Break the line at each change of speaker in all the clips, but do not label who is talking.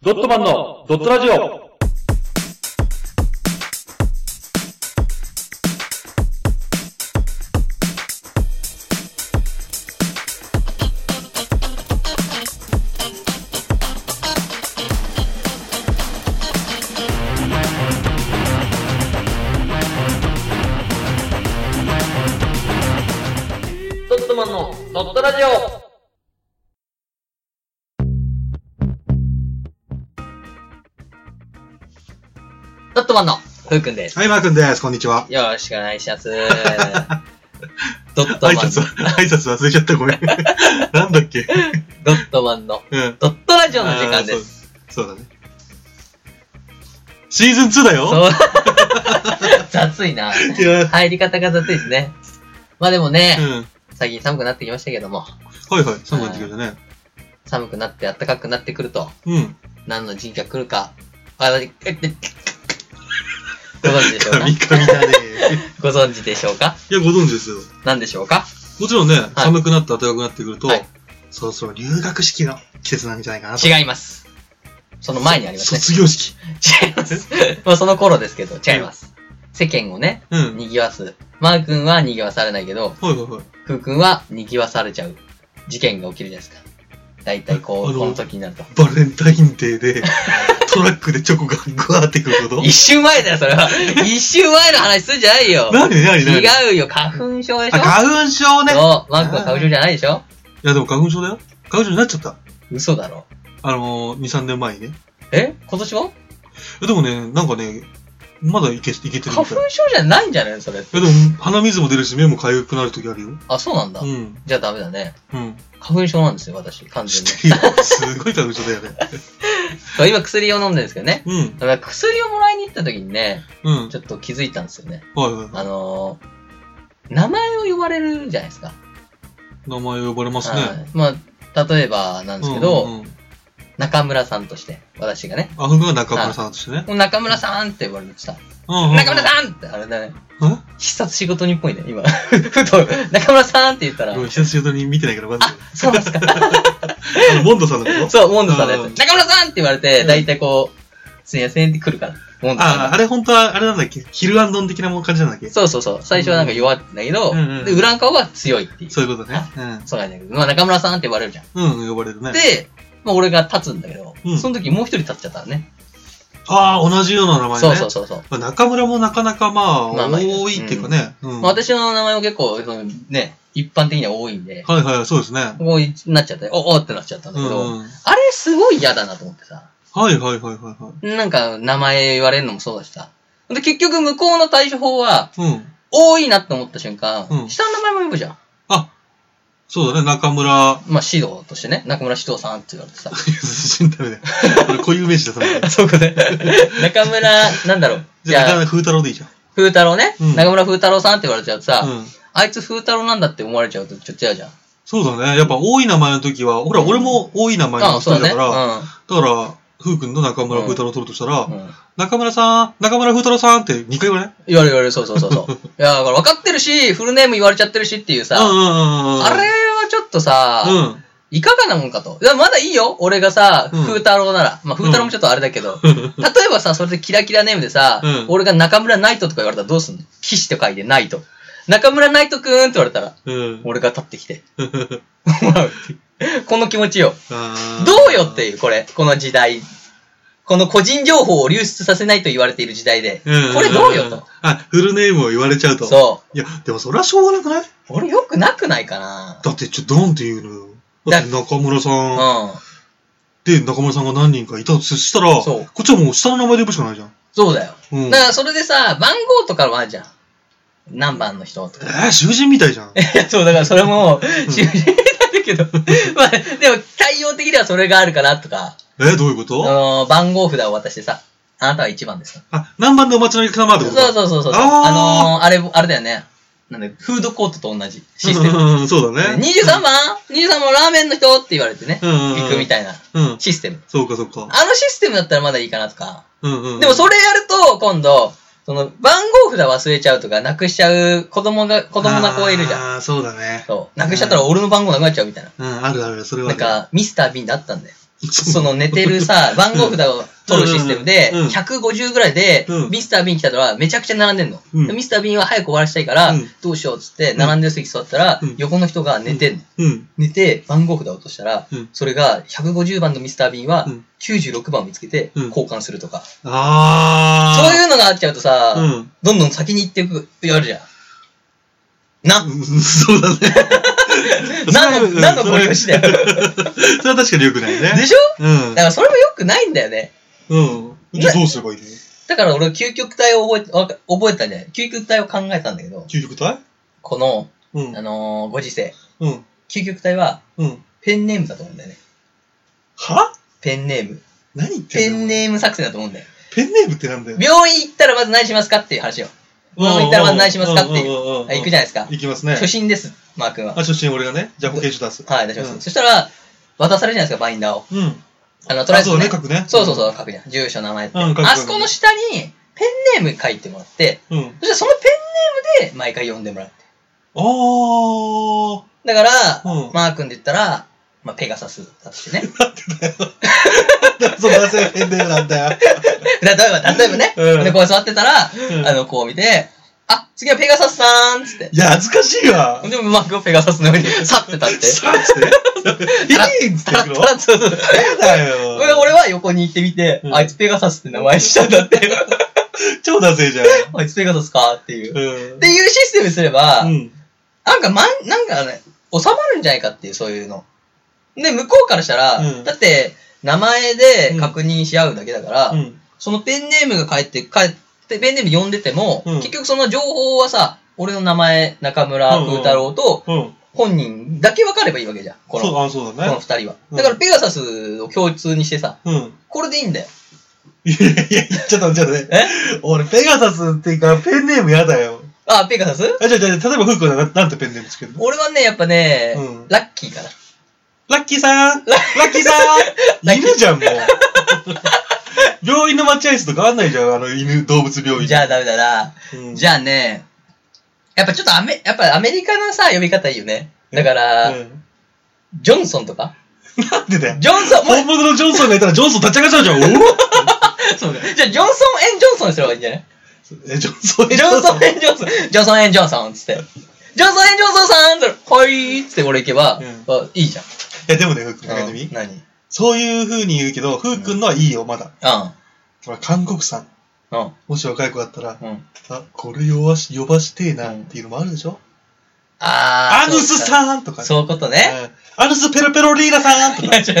ドットマンのドットラジオ
ドットマンのドットラジオドットマンのふうくんです。
はい、マー君です。こんにちは。
よろしくお願いし ます。ドットマ
挨
ン、
拶、挨拶忘れちゃった、ご めん。なんだっけ。
ドットマンの
うん。
ドットラジオの時間で
あー
す。
そう。そうだね。シーズン2だよ。
そう 雑いな。
いや、うん。
入り方が雑いですね。まあでもね、
はい
最近寒くなってきましたけども、
はい、寒くなってきましたね。
寒くなって暖かくなってくると、
うん。
何の人が来るか、あえええご存知でしょうか
神々 だね。
ご存知でしょうか
いや、ご存知ですよ。
何でしょうか
もちろんね、寒くなって暖かくなってくると
はい、
そろそろ入学式の季節なんじゃないかなと。
違います。その前にありますね。
卒業式。
違います。まあその頃ですけど、違います。世間をね、
うん。はい
賑わす。マー君は賑わされないけど、
はいはい。
ふう君は賑わされちゃう。事件が起きるじゃないですか。だいたいこ
あ
う、
の
この時になると。
バレンタインデーで、トラックでチョコがグワーってくること
一。週前だよ、そ れは。一週前の話すんじゃないよ。
何何何
違うよ、花粉症でしょ
あ、花粉症ね。
そう、マー君は花粉症じゃないでしょ
いや、でも花粉症だよ。花粉症になっちゃった。
嘘だろ。
あのー、2、3年前にね。
え今年も
えでもね、なんかね、まだいけいけてるみ
花
た
粉
い。い
症じゃないんじゃないのそれ。
や、でも、鼻水も出るし、目も痒くなるときあるよ。
あ、そうなんだ
う。ん。
じゃあダメだね。
うん。
花粉症なんですよ、私、完全に。
知ってるよ。 すごい花粉症だよね。
そう今薬を飲んでるんですけどね。
うん。
だから薬をもらいに行った時にね、
うん。
ちょっと気づいたんですよね。
はいはいは
あのー、名前を言われるじゃないですか。
い。名前呼ばれます
は
ね。
いまあ、例えばなんですけど、
うんうんうん
中村さんとして、私がね、
あ、ふんが中村さんとしてね。
中村さんって言われてさ、
うんうんうん。
中村さんってあれだね、
ん
必殺仕事人っぽいね、今。 ふと、中村さんって言ったら
ごめ、ん久しぶりに見てないから、まず。あ
そうなんですか。
の、ボンドさんのこと
そう、モンドさんのや
うん
つ。中村さんって言われて、
うん
だいたいこう、すいませんって来るから、モンドさんが
あ、あれ本当は、あれなんだっけヒルアンドン的なもん感じなんだっけ
そうそうそう。最初はなんか弱ってんだけど、
うんうんうん
で、裏側は強いっていう。
そういうことね。
そうなんだけど、まあ中村さんって呼ばれるじゃん。
うん。うん、呼ばれるね。
で、まあ俺が立つんだけど、
うん
その時もう一人立っちゃったのね。
ああ、同じような名前ね。
そうそうそうそう。
まあ中村もなかなかまあ、
まあまあ
多いっていうかね。うん
まあ、私の名前も結構、そのね、一般的には多いんで、
はいはい、そうですね。
こういなっちゃって、おおってなっちゃったんだ
う
け
ん
ど、
うん。
あれすごい嫌だなと思ってさ。
はいはいはいはいは
なんか名前言われるのもそうだしさ。で、結局向こうの対処法は、
い。うん。
多いなって思った瞬間、
うん
下の名前も呼ぶじゃん。
あ、そうだね、中村。
まあ、指導としてね、中村指導さんって言われてさ。
死んだめだよ。俺固有名詞だ と思う。
そうかね。中村、なんだろう。
じゃあ、中村風太郎でいいじゃん。
風太郎ね、
うん
中村風太郎さんって言われちゃうとさ、
うん。
あいつ風太郎なんだって思われちゃうとちょっと嫌じゃん。
そうだね。やっぱ多い名前の時は、ほら、俺も多い名前
あ
の
あ、そ
人
うだ
だ
ね。
から、だから、ふうくんの中村風太郎を取るとしたら、
うん。うん
中村さん、中村風太郎さんって2回言わない
言われる言われる、そうそうそう そう。いや、だから分かってるし、フルネーム言われちゃってるしっていうさ、
うんうんうんうん。
あれはちょっとさ、
うん。
いかがなもんかと。いや、まだいいよ、俺がさ、
うん
風太郎なら。まあ、風太郎もちょっとあれだけ ど、例えばさ、それでキラキラネームでさ、
うん
俺が中村ナイトとか言われたらどうすんの騎士と書いてナイト。中村ナイトくんって言われたら、
うん。
俺が立ってきて。 わうっていうこの気持ちよ。
あー
どうよっていう、これ。この時代。この個人情報を流出させないと言われている時代で。
ん
これどうよと。
あ、フルネームを言われちゃうと。う。
そ。
いや、でもそれはしょうがなくないう
俺よくなくないかな
だって、ちょ、なんて言うのよ。だって中村さ。
うんん。
で、中村さんが何人かいたとしたら、
そう
こっちはもう下の名前で呼ぶしかないじゃん。
そうだよ。
うん。
だからそれでさ、番号とかもあるじゃん。何番の人とか。
えー、囚人みたいじゃん。
いや、そう、だからそれも、知りたいんだけど。 まあ、でも、対応的にはそれがあるかなとか、
えー、どういうこ
あ
と
の番号札を渡してさ、あなたは1番ですか
あ、何番でお待ちのお客様って
そ
こ
う
とか
そうそうそう。あ
あ
のー、あれ、あれだよね。なんで、フードコートと同じシステム。
うんうん、そうだね。
23番 ?23 番ラーメンの人って言われてね、
うんうんうん
行くみたいな
うん。
システム。
そうか、そうか。
あのシステムだったらまだいいかなとか。
うんうん。
でもそれやると、今度、その番号札忘れちゃうとか、なくしちゃう子供が、子供な子がいるじゃん。
ん。あーそうだね。
そう。なくしちゃったら俺の番号なくなっちゃうみたいな。
うん、あるある、それ
な
はあ
ん
る。
か、ミスター・ビンであったんだよ。その寝てる さ、番号札を取るシステムで、
うん
150ぐらいで
う、ん
ミスター・ビン来たのはめちゃくちゃ並んでんの。
うん
でミスター・ビンは早く終わらせたいから
うん、
どうしようっつって、並んでる席座ったら
うん、
横の人が寝てんの。
うん。
寝て、番号札を落としたら
うん、
それが150番のミスター・ビンは
うん、
96番を見つけて、
うん
交換するとか。
あー。
そういうのがあっちゃうとさ、
うん。
どんどん先に行っていく、やるじゃん。な、
うん そうだね。
何の、何のご利用しだよ。
それは確かに良くないね。
で しょ
うん
だからそれも良くないんだよね。
うん。じゃあどうすればいいの
だから俺、究極体を覚え、わか覚えたんじゃない究極体を考えたんだけど、
究極体
この、
うん
あ。のーご時世、
うん。
究極体は
うん。
ペンネームだと思うんだよね。
は
ペンネーム。
何言って
ペ
んの
ンネーム作戦だと思うんだよ。
ペンネームってなんだよ。
病院行ったらまず何しますかっていう話を。病院行ったらまず何しますかっていう。
行
はい行くじゃないですか。
行きますね。
初心です、マー君は。
あ、初心俺がね。じゃあ保険証出す。
はい、大丈夫です。
うん
そしたら、渡されるじゃないですか、バインダーを。
うん。
あの、とりあ
あ、
えず、
そう
ね
ね、書くね。
そうそうそう、書くじゃん。住所、名前って。
うん書く書く
あそこの下に、ペンネーム書いてもらって、
うん。うん。
そしたらそのペンネームで毎回呼んでもらう。
あー。
だから、
うん
マー君で言ったら、まあ、ペガサスだってね。
そう、男性ペンネームなんだよ。
例えば、例えばね、
うん
で、こう座ってたら、
うん
あの、こう見て、あ、次はペガサスさーんっつって
い。や、恥ずかしいわ。
でも、マークはペガサス の上に去ってたって。
さあっつって。いいんつって
たら
行くの
たらそうそう
だよ。
俺俺は横に行ってみて、
うん
あいつペガサスって名前したんだって。
超男性じゃん。
あいつペガサスかっていう。っ
うん
て。いうシステムにすれば、
うん。
なんか、まん、なんかね、収まるんじゃないかっていう、そういうの。で、向こうからしたら、
うん
だって、名前で確認し合うだけだから、
うん。
そのペンネームが返って、返って、ペンネーム呼んでても、
うん
結局その情報はさ、俺の名前、中村風太郎と、
うん。
本人だけ分かればいいわけじゃん。こ
そう、
の、
あ、そう
こ
だ
の
ね。
二人は。
うん
だからペガサスを共通にしてさ、
うん。
これでいいんだよ。
いやいや、ちょっと待って、ちょっとね。
え
俺、ペガサスっていうか、ペンネームやだよ。
あ、ペガサス
あ、じゃあ、じゃあ、例えば、フーコななんてペンネームつけるの
俺はね、やっぱね、
うん
ラッキーかな。
ラッキーさんラッキーさ
ラ
ん
ッキー
犬じゃん、もう。病院の待合室とかあんないじゃん、あの犬、動物病院。
じゃあダメだな。
うん
じゃあね、やっぱちょっとアメ、やっぱアメリカのさ、呼び方いいよね。だから、
うん
ジョンソンとか
なんでだよ。
ジョンソン、も
本物のジョンソンがいたら、ジョンソン立ち上がっちゃうじゃん。おお
う、そうかじゃあジョンソンエンジョンソンにすればいいんじゃない
え、ジョンソン、
ジョンソンエンジョンソン、ジョンソンエンジョンソンっつって。ジョンソンエンジョンソンさんって言ったらはいーっつって俺行けば、
うん
あいいじゃん。
いや、でもね、フー君、考えてみ
うん何うん。
そういう風に言うけど、フー君のはいいよ、まだ。ほら、韓国さん。
うん。
もし若い子だったら、
うん。
あ、これ呼ばし、呼ばしてえなっていうのもあるでしょ、
あ
ア
ー。
ヌス
ん
さんとかね。
そういうことね。
うんアヌスペロペロリーナさんと
い
か。
や、ちょい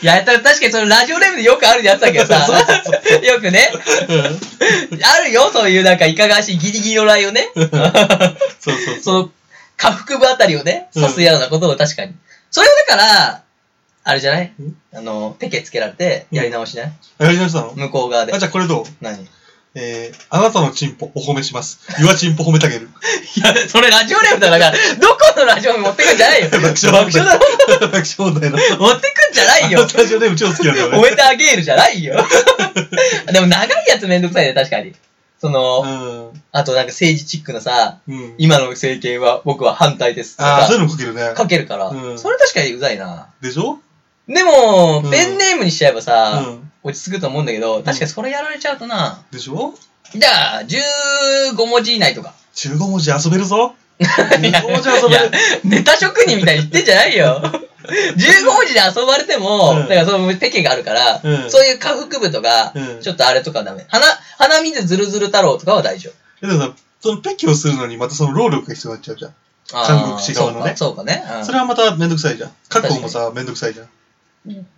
や、た確かにそのラジオレベルでよくあるやつだけどさ
そうそう、
よくね、
うん
あるよ、そういうなんかいかがわしいギリギリのラインを ね。
そうそう
そ
そう。
の、下腹部あたりをね、
うん
刺すようなことを確かに。それをだから、あれじゃない
ん
あの、ペケつけられて、やり直しじゃない、
あやり直したの
向こう側で
あ、。じゃあこれどう
何い
えー、あなたのチンポお褒めします。岩チンポ褒めたげる。
や、それラジオレームだから、どこのラジオに持ってくんじゃ ないよ。
爆 笑
爆
問
笑
題。
だろ。
爆笑問題の。
持ってくんじゃないよ
ス。タジオネーム超好きなんだよね。
終えてあげるじゃないよ。 でも長いやつめんどくさいね、確かに。その、あとなんか政治チックのさ、
うん。うん。
今の政権は僕は反対ですと
ああ、
か
そういうのも書けるね。
書けるから、
うん
それ確かにうざいな。
でしょ
でも、
うん
ペンネームにしちゃえばさ、
うん。
落ち着くと思うんだけど、確かにそれやられちゃうとな。
でしょ
じゃあ、15文字以内とか。
?15 文字遊べるぞ。
いや
15文字遊べる。
ネタ職人みたいに言ってんじゃない よ。15文字で遊ばれても、
うん
だからそのペケがあるから、
うん
そういう下腹部とか、
うん
ちょっとあれとかはダメ。鼻、鼻水ずるずる太郎とかは大丈夫。
でもさ、そのペキをするのにまたその労力が必要になっちゃうじゃん。
あー
三国志側のね
そうか、そうかね。うん
それはまためんどくさいじゃん。書く方もさ、めんどくさいじゃん。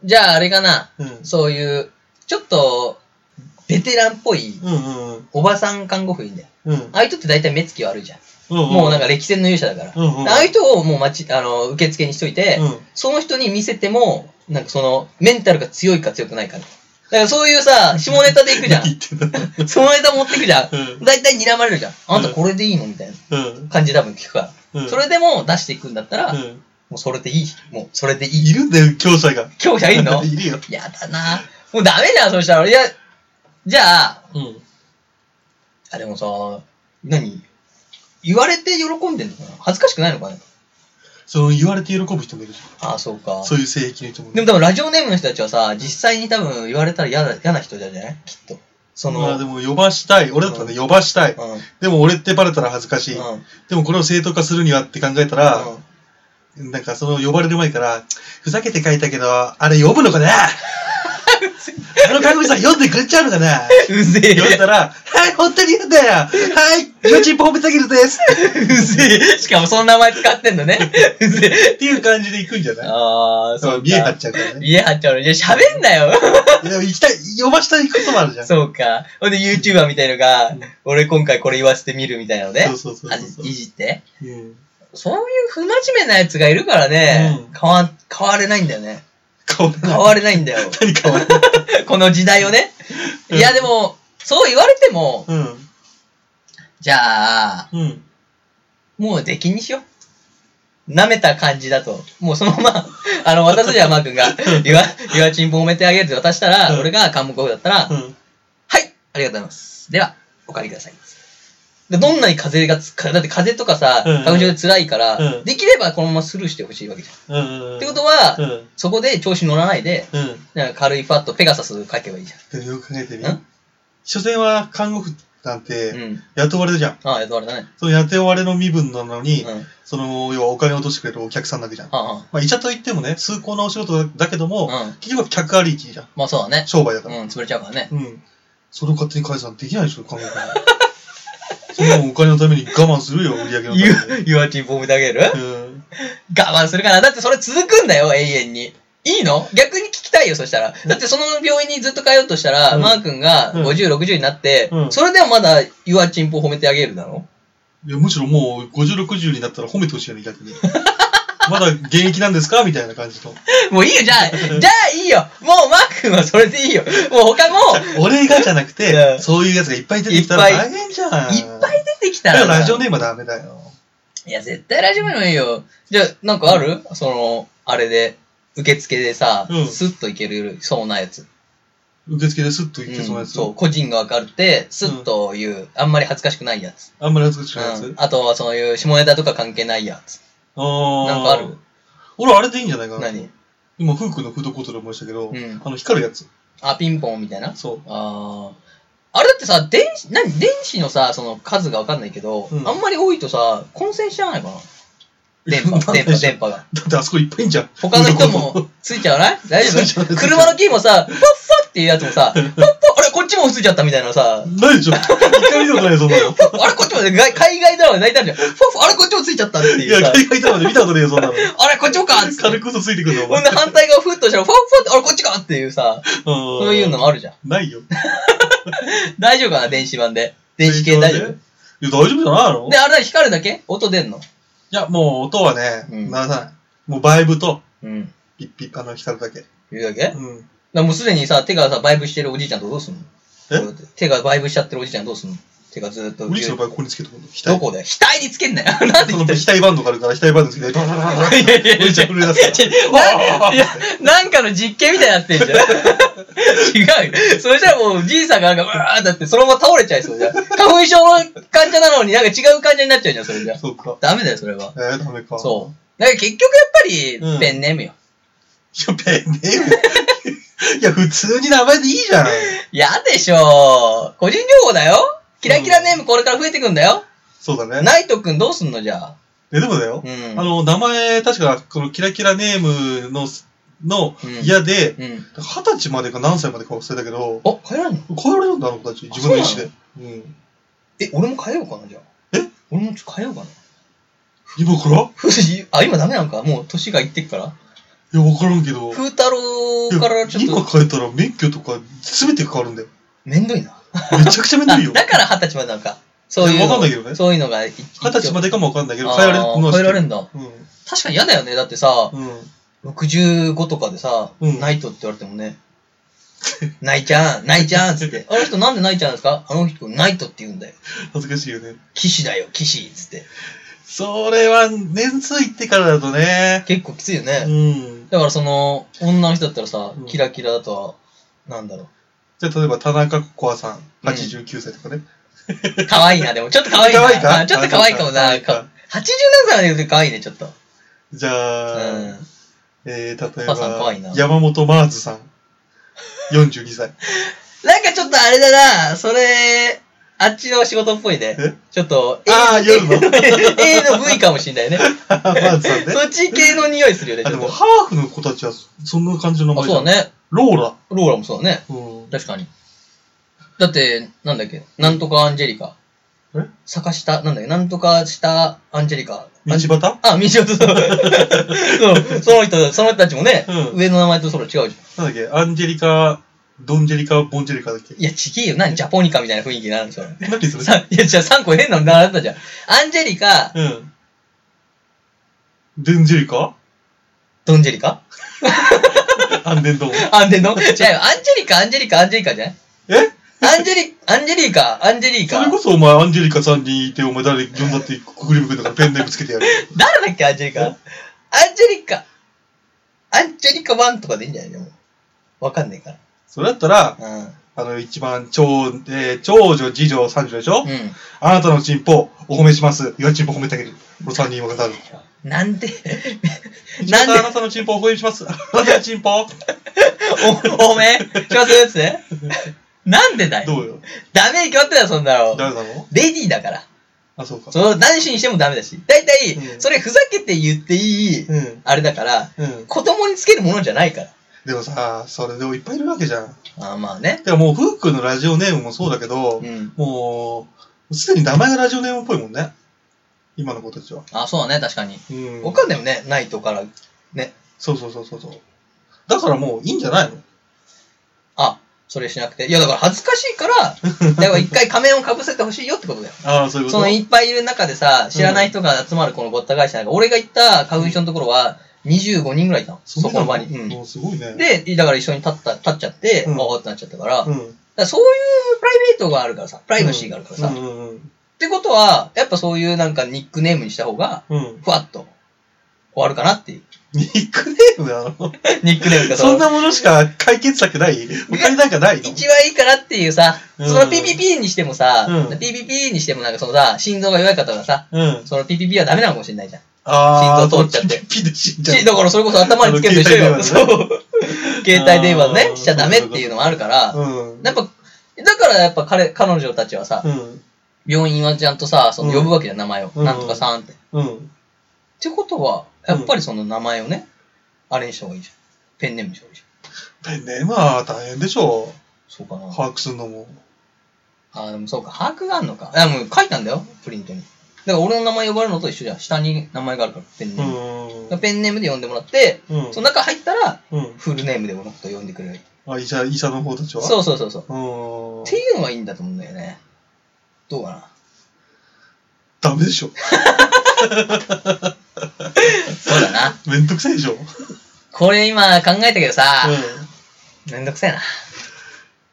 じゃあ、あれかな。
うん。
そういう、ちょっと、ベテランっぽい、
うんうんうん。
おばさん看護婦いいんだよ。
うん
ああいう人って大体目つき悪いじゃん。
うん。
もうなんか歴戦の勇者だから。
うんうん
ああいう人をもう待ち、あの、受付にしといて、
うん
その人に見せても、なんかその、メンタルが強いか強くないかだからそういうさ、下ネタでいくじゃ
言 ってんだ。
ん。下ネタ持ってくじゃん
う。ん
大体睨まれるじゃん。あんた
うん
これでいいのみたいな
うん。
感じで多分聞くか
う
ら。
ん
それでも出していくんだったら、
う
も
ん。
うそれでいい。もうそれでいい。
いるんだよ、強者が。
強者いんの
いるよ。
やだなもうダメじゃん、そしたら。いや、じゃあ、
うん。
あ、でもさ、何言われて喜んでんのかな恥ずかしくないのかね
その言われて喜ぶ人もいるじ
ああ、そう
ゃ
か
ん。。そういう性癖の人もいる。
でも多分ラジオネームの人たちはさ、実際に多分言われたら嫌だ嫌な人なんじゃないきっと。その、
ま
う
あ
ん。
でも呼ばしたい。俺だったらね、呼ばしたい。
うん。
でも俺ってバレたら恥ずかしい。でもこれを正当化するにはって考えたら、なんかその呼ばれる前から、ふざけて書いたけど、あれ呼 ぶのかなあの看護師さん読んでくれちゃうのかな
うぜ え。
読んだら、はい、本当に言うんだよはい、幼稚園ポンプタギルですっ
うぜえ。しかもその名前使ってんの ね。うぜえ。
ていう感じで行くんじゃない
ああ、そう
そ
か。
う、見え張っちゃうからね。
見え張っちゃうの。いや、喋んな よ。
いやでも行きたい、呼ばしたいこともあるじゃん。
そうか。ほんで YouTuber みたいのが、俺今回これ言わせてみるみたいなのね。
そうそうそうそう
あいじって。
うん
そういう不真面目なやつがいるからね、
うん
変わ、変われないんだよね。
顔変
変われないんだ よ。
何変わる
この時代をね。
うん
いや、でも、そう言われても、
うん。
じゃあ、
うん。
もう出禁にしよう。舐めた感じだと。もうそのまま、あの、渡すじゃん、マー君が。ゆわ、ゆわちんぽ褒めてあげるって渡したら、
うん
俺が韓国語だったら、
うん。
はい、ありがとうございます。では、お帰りください。でどんなに風がつか、だって風とかさ、
うん
花粉症で辛いから、
うん
できればこのままスルーしてほしいわけじゃん。
うん。
ってことは、
うん。
そこで調子乗らないで、
うん。
なんか軽いファット、ペガサス書けばいいじ
でもよく考えてみ
ん。
所詮は看護婦なん
ゃん。
て、
うん。
雇われるじゃん。
ああ、やっとあれだね。
その雇われの身分なのに、
うん。は
その、要はお金を落としてくれるお客さんだけじゃん。ま
あ、は
あ、医者といってもね、崇高なお仕事だけども、
あ、うん。
結局は客ありきじゃん。
まあそうだね。
商売だか
う
ら。
ん、潰れちゃうからね。
うん。それを勝手に解散できないでしょ、看護婦 は。そんなもんお金のために我慢するよ、売り上げの
ゆ
ために。、
ゆわちん褒めてあげる
うん。
我慢するかな。だってそれ続くんだよ、永遠に。いいの逆に聞きたいよ、そしたら。だってその病院にずっと通うとしたら、
うん
マー君が
うん
50、60になって、
うん
それでもまだ、ユアチンポ褒めてあげるだろ
いや、むしろもう50、60になったら褒めてほしいよね、逆に。 まだ現役なんですかみたいな感じ の。
もういいよ、 じゃあ、じゃあいいよ。もうマー君はそれでいいよ。もう他も、
俺がじゃなく
う
て、
ん
そういうやつがいっぱい出てきたら
いっぱ
大変じゃん。
いっぱい出てきた
だかららラジオ
ね。
ネームはダメだよ。
いや、絶対ラジオネームいいよ。じゃあ、なんかあるその、あれで、受付でさ、
うん
スッといけるそうなやつ。
受付でスッと行ってそうな
う
や
ん、
つ。
そう、個人がわかるって、スッと言う、あんまり恥ずかしくないやつ。
あんまり恥ずかしくないやつ。
うん、あとはそういう下ネタとか関係ないやつ。
あー
なんかある
俺あれでいいんじゃないかな。
何
今、フー君のフードコートで思いましたけど、
うん
あの、光るやつ。
あ、ピンポンみたいな
そ
あーあれだってさ、電子、何電子のさ、その数がわかんないけど、
うん
あんまり多いとさ、混戦しちゃわないかな
う。
電波、
わかん
電
ないで
波、
しょ
電波が。
だってあそこいっぱいいんじゃん。
他の人
フードコー
も
ト。
ついちゃわない大丈
ついちゃう
夫車のキーも さ、ふわっふわっていうやつもさ、ふわっふわ、あれこっちも映っちゃったみたいなさ、
ないでしょ。一回見たことないよ、そんな の。
あれこっちも、外海外ドラマで泣いたんじゃん。ふわっふわ、あれこっちもついちゃったって
い
いう
や、
さ、
海外たまで見たことないよ、そんなの。
あれこっちもかっつって
軽。く嘘ついてくるの、お
ほ
前
んで反対側ふっとしたら、ふわっふわって、あれこっちかっていうさ、
そ
そういうのあるじゃん。
ないよ。
大丈夫かな電子版で。電子系大丈夫
いや、大丈夫じゃないのい
で、あれだ、光るだけ音出んの
や、もう音はね、
うん
鳴らさない。もうバイブと、
うん。
ピッピッ、あの、光るだけ。
言うだけだか
うん。
らもうすでにさ、手がさ、バイブしてるおじいちゃんとどうすんの
え
こうやって手がバイブしちゃってるおじいちゃんどうすんの手がずーっと。
ウリスの場合、ここにつけてくるの。額
どこだよ額につけんなよ。 なんで
その額バンドがあるから、額バンドつけて、バラバラバラバラ
いやいやいや
おじちゃん震え出すから
なんいや、なんかの実験みたいになってんじゃん。違うよ。そしたらもう、おじいさんがなんか、うわーだって、そのまま倒れちゃいそうじゃん。花粉症の患者なのになんか違う患者になっちゃうじゃん、それじゃ。
そうか。
ダメだよ、それは。
えー、ダメか。
そう。だから結局やっぱ
う
り、
ん
ペンネームよ。
う。いや、ペンネーム。いや、普通に名前でいいじゃん。
やでしょ個人情報だよキラキラネームこれから増えてくんだよ、
そうだね。
ナイトくんどうすんのじゃあ。
え、でもだよ
う。ん。
あの、名前、確か、このキラキラネームの、の
うん、
嫌で、
うん。
二十歳までか何歳までか忘れたけど、
あ、変えらんの
変えられるんだ、あの子たち。自分の意思で。うん。
え、俺も変えようかな、じゃあ。
え
俺もちょっと変えようかな。
今から
ふじあ、今ダメなんかもう年がいってっから。
いや、わからんけど。
風太郎からちょっ
今
と、
変えたら免許とか全て変わるんだよ。
めんどいな。
めちゃくちゃめんど
あ
いよ。
だから二十歳まで なんか。そういうの。
いやわかんないけどね
そういうのがい。
二十歳ま
で
でかもわかんないけど、変えられるのは知
変
っ
え
て
られ
る
んだ。確かに嫌だよね。だってさ、
うん。うん。
65とかでさ、
うん
ナイトって言われてもね、ナイちゃん、 ナイちゃんっつって、あの人なんでナイちゃんですかあの人ナイトって言うんだよ。
恥ずかしいよね。
騎士だよ、騎士っつって。
それは、年数いってからだとね。
結構きついよ
う
ね。
ん。
だからその、女の人だったらさ
う、ん
キラキラだとは、なんだろ
じゃあ、例えば、田中コアさん、
うん
89歳とかね。
う。可愛いな、でも、ちょっと可愛いな。
可愛いか
あちょっと可愛いかも
可
な。
愛い
か
か
87歳まで言うと可愛いね、ちょっと。
じゃあ、
うん。
えー、例え
パパさん可
ば
愛いな、
山本マーズさん、42歳。
なんかちょっとあれだな、それ、あっちの仕事っぽいね
え。
ちょっと、
ああ、夜の。
A の V かもしんないね。
マーズさんね。
そっち系の匂いするよね、
あ
ち
で
ょっと
も、。ハーフの子たちは、そんな感じの名
あ、
前
そうだ
ね。
ね。
ローラ。
ローラもそうだね。
うん。
確かに。だって、なんだっけ、なんとかアンジェリカ。
え
坂下、なんだっけ、なんとか下アンジェリカ。
道端
あ、道端そう。その人、その人たちもね、
うん
上の名前とそれ違うじゃん。
なんだっけアンジェリカ、ドンジェリカ、ボンジェリカだっけ
いや、ちげえよ。何ジャポニカみたいな雰囲気になるんですよ。
え何そ れ
さいや、じゃあ3個変なの並んだじゃん。アンジェリカ、
うん。デンジェリカ
ドンジェリカ
アンデンドン。
アンデン の違うよ。アンジェリカ、アンジェリカ、アンジェリカじゃない
え
アンジェリ、アンジェリカ、アンジェリ
そ
カ
れ。こそお前、アンジェリカさんにいて、お前誰呼んだってくぐり向くんだからペンネームつけてやる。
誰だっけ、アンジェリカ。アンジェリカ、アンジェリカ1とかでいいんじゃないのわかんないから。
それだったら、
うん。
あの、一番、長、えー長女、次女、三女でしょ、
うん。
あなたのチンポ、お褒めします。よチンポ褒めてあげる。この三人分かる。
なん で、な
な
んん
で
で
あなたのチンポお褒めします。あなたのチンポ
お、おめえ、しますやつね。なんでだよ。
どうよ
ダメに決まってたよ、そんなの。
誰なの
レディーだから。
あ、そうか。
そう、何しにしてもダメだし。大体、
うん
それふざけて言っていい、
うん。
あれだから、
うん。
子供につけるものじゃないから。
でもさ、それでもいっぱいいるわけじゃん。
あーまあね。
でももう、フー君のラジオネームもそうだけど
う、ん。
もう、すでに名前がラジオネームっぽいもんね。今の子たちは。
あそうだね、確かに。
うん。
わかんないよね、ナイトから。
そうそうそうそうそう。だからもういいんじゃないの
あ、それしなくて。いや、だから恥ずかしい から、だから一回仮面をかぶせてほしいよってことだよ。
ああ、そういうこと
そのいっぱいいる中でさ、知らない人が集まるこのごった返しなんか、俺が行った花粉症のところは25人ぐらいいたの。そ
そん
こ
な
の
の
場に。うん
もうすごいね。
で、だから一緒に立った、立っちゃって、
うん
わーってなっちゃったから、だか
うん、
らそういうプライベートがあるからさ、プライバシーがあるからさ。
うん
っ
うん
てことは、やっぱそういうなんかニックネームにした方が、
うんうん。
ふわっと終わるかなっていう。
ニックネームなの
ニックネームが
そんなものしか解決策ない他になんかないの
一番いいかなっていうさ、
うん
その PPP にしてもさ、
うん
PPP にしてもなんかそのさ、心臓が弱い方がさ、
うん。
その PPP はダメなのかもしれないじゃん。
ああ、
心臓通っちゃって
ピッピで死んじゃう
し、だからそれこそ頭につけると一緒よ。そう。 携帯電話の
あ
ね、
ー
しちゃダメっていうのもあるから、
うん。
やっぱ、だからやっぱ彼、彼女たちはさ、
うん。
病院はちゃんとさ、その呼ぶわけじゃん、名前を。
うん
なんとかさんって。っ
うん。
てことは、やっぱりその名前をね、あれにした方がいいじゃん。ペンネームにした方がいいじゃん。
ペンネームは大変でしょ
そうか
う。
な。
把握するのも。
あ、でもそうか、把握があるのか。いや、もう書いたんだよ、プリントに。だから俺の名前呼ばれるのと一緒じゃん。下に名前があるから、ペンネ
う
ーム。だから
ん。
ペンネームで呼んでもらって、
うん
その中入ったら、
うん。
フルネームで俺のこと呼んでくれる。
あ、医者、医者の方たちは
そうそうそうそう。
う。うん
っ。ていうのがいいんだと思うんだよね。どうかな。
ダメでしょ。
そうだな。
めんどくさいでしょ。うん。
これ今考えたけどさ、めんどくさいな。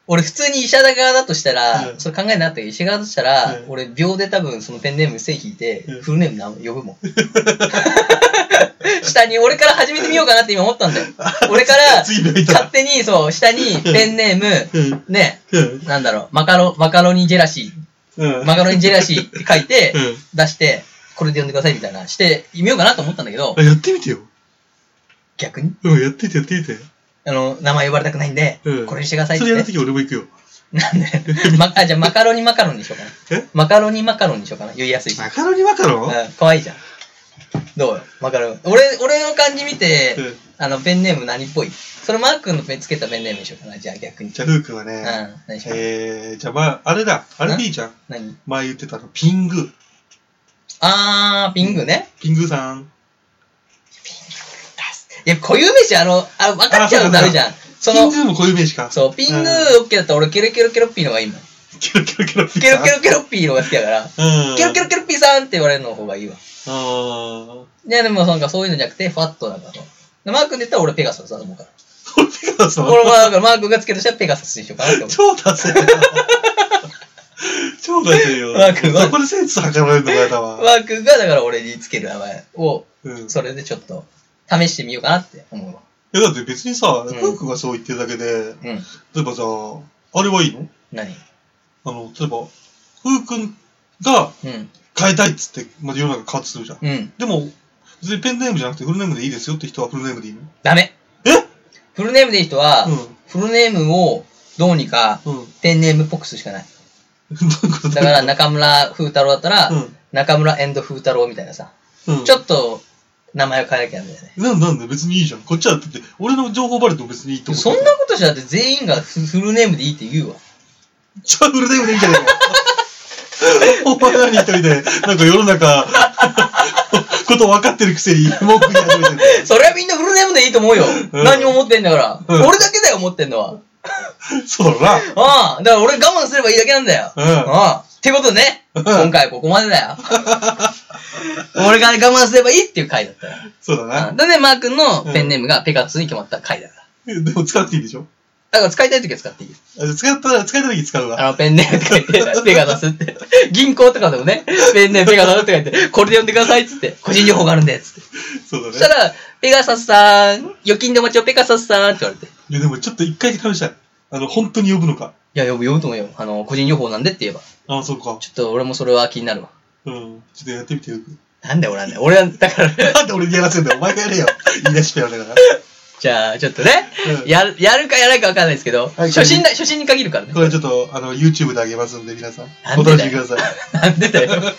俺普通に医者だ側だとしたら、
うん
それ考えなかったけど、医者側だとしたら、
うん
俺秒で多分そのペンネーム線引いて、
うん
フルネームな呼ぶ もん。下に俺から始めてみようかなって今思ったんだよ。俺から
次病院行った
勝
ら。
手にそう、下にペンネー
うん。
ム、ね、
うん。
なんだろう、マカロ、マカロニジェラシ
う
ー、
ん。
マカロニジェラシーって書いて、
うん
出して、これで呼んでくださいみたいな、してみようかなと思ったんだけど
あ、、やってみてよ。
逆に
うん、やってみて、やってみて。
あの、名前呼ばれたくないんで、
うん。
これにしてくださいっ
そ
て
れ。やるとき俺も行くよ。
なんで、 ま、あ、じゃあマカロニマカロニにしようかな
え。
マカロニマカロニにしようかな。言いやすいし。
マカロニマカロン
うん、かわいいじゃん。どうよ、マカロニ。俺、俺の感じ見て、
うん
あの、ペンネーム何っぽいそれマー君のペンつけたペンネームにしようかな。じゃあ逆に。
じゃあ、ふうくんは
うん、
ね、
何しよう。
えー、じゃあまあ、あれだ、あれでいいじゃん。
何
前言ってたの、ピング。
あー、ピングね。
ピングさん。
いや、固有名詞、あの、あ、分かっちゃうのダメじゃん。そ
ピン
の、
グもこういう名詞か。
そう、ピング
う
オ
ん
ッケーだったら俺、ケロケロケロッピーの方がいいもん。
ケロケロケロピン
ケロケ
ロ。
ロケロッピーの方が好きだから、
うん。
ケロケロ
ケ
ケロッピーさんって言われるの方がいいわ。
ロ。あ
いや、でもなんかそういうのじゃなくて、ファットなんかと。でマー君で言ったら俺ペガサスだと思うから。
ー。俺ペガサス
これはだからマー君がつけるとしたらペガサスにしようかなって思
超ダセえな。超ダセえよ。
マー君は
そこでセンス測られるのがやだ
う。
わ。
マー君がだから俺につける名前を、
うん。
それでちょっと試してみようかなって思うわ。
え、だって別にさ、
ん
ふうくんがそう言ってるだけで、
うん。
例えばじゃあ、あれはいいの
何
あの、例えば、ふうくんが
うん。
変えたいっつって、まあ、世の中変わってするじゃん。
うん。
でも、別にペンネームじゃなくてフルネームでいいですよって人はフルネームでいいの
ダメ。
え
フルネームでいい人は、
う
フルネームをどうにか、
ん。うん。ど
ペンネームっぽくするしかない。
ういうこと
だから、中村風太郎だったら、
うん
中村エンド風太郎みたいなさ、
うん。
ちょっと名前を変えなきゃダメだよね。
なんなんで別にいいじゃん。こっちはだって、俺の情報バレても別にいいと思う。
そんなことじゃだって全員がフフルネームでいいって言うわ。
じゃあフルネームでいいじゃねえか。お前何一人で、なんか世の中、こと分かってるくせに文句言い始めてる。
それはみんなフルネームでいいと思うよ。
うん
何も思ってんだから。
うん
俺だけだよ、思ってんのは。
そうだ
ああ、だから俺我慢すればいいだけなんだよ。
うん
ああ。ってことでね、
うん
今回はここまで だよ。俺が我慢すればいいっていう回だったよ。
な。そうだな。
だね、マー君のペンネームがペカツに決まった回だから。
でも使っていいでしょ
だから使いたい時は使っていいよ。
あじゃあ使ったら、使えた時使うわ。
あの、ペンネームって書いて、ペガ出す って。銀行とかでもね、ペンネームペガ出すって書いて、これで呼んでくださいっつって、個人情報があるんで、つって。
そうだ
そ
ね。
したら、ペガサスさん、預金でお待ちをペガサスさんって言われて。
いやでもちょっと一回試したい。あの、本当に呼ぶのか。
いや、呼ぶ、呼ぶと思うよ。あの、個人情報なんでって言えば。
ああ、そうか。
ちょっと俺もそれは気になるわ。
うん。ちょっとやってみてよく。
なんだよ俺はね。俺は、だから、
なんで俺にやらせんだよ。お前がやれよ。言い出しっぺやだから。
じゃあ、ちょっとね、
うん
やる、やるかやらないかわかんないですけど、
はい
初心だ、初心に限るからね
こ。れちょっと、あの、YouTube であげますんで、皆さん。
なん
お
で
楽
だ
しみ
よ
くださ い。
なんでだよ。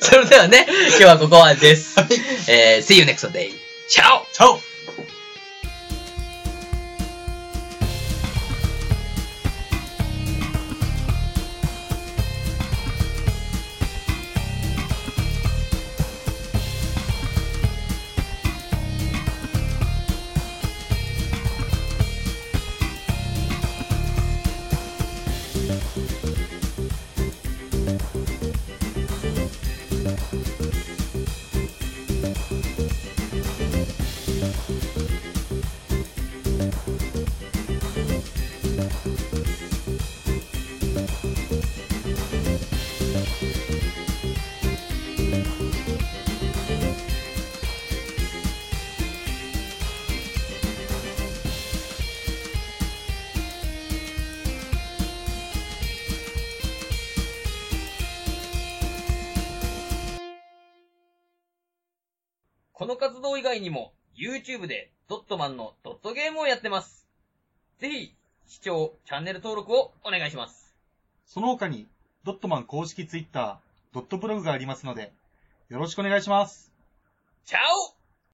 それではね、今日はここまでです。
はい。
えー、see you next day. チャオ
チャオ
この活動以外にも、YouTube でドットマンのドットゲームをやってます。ぜひ、視聴、チャンネル登録をお願いします。
その他に、ドットマン公式ツイッター、ドットブログがありますので、よろしくお願いします。
チャオ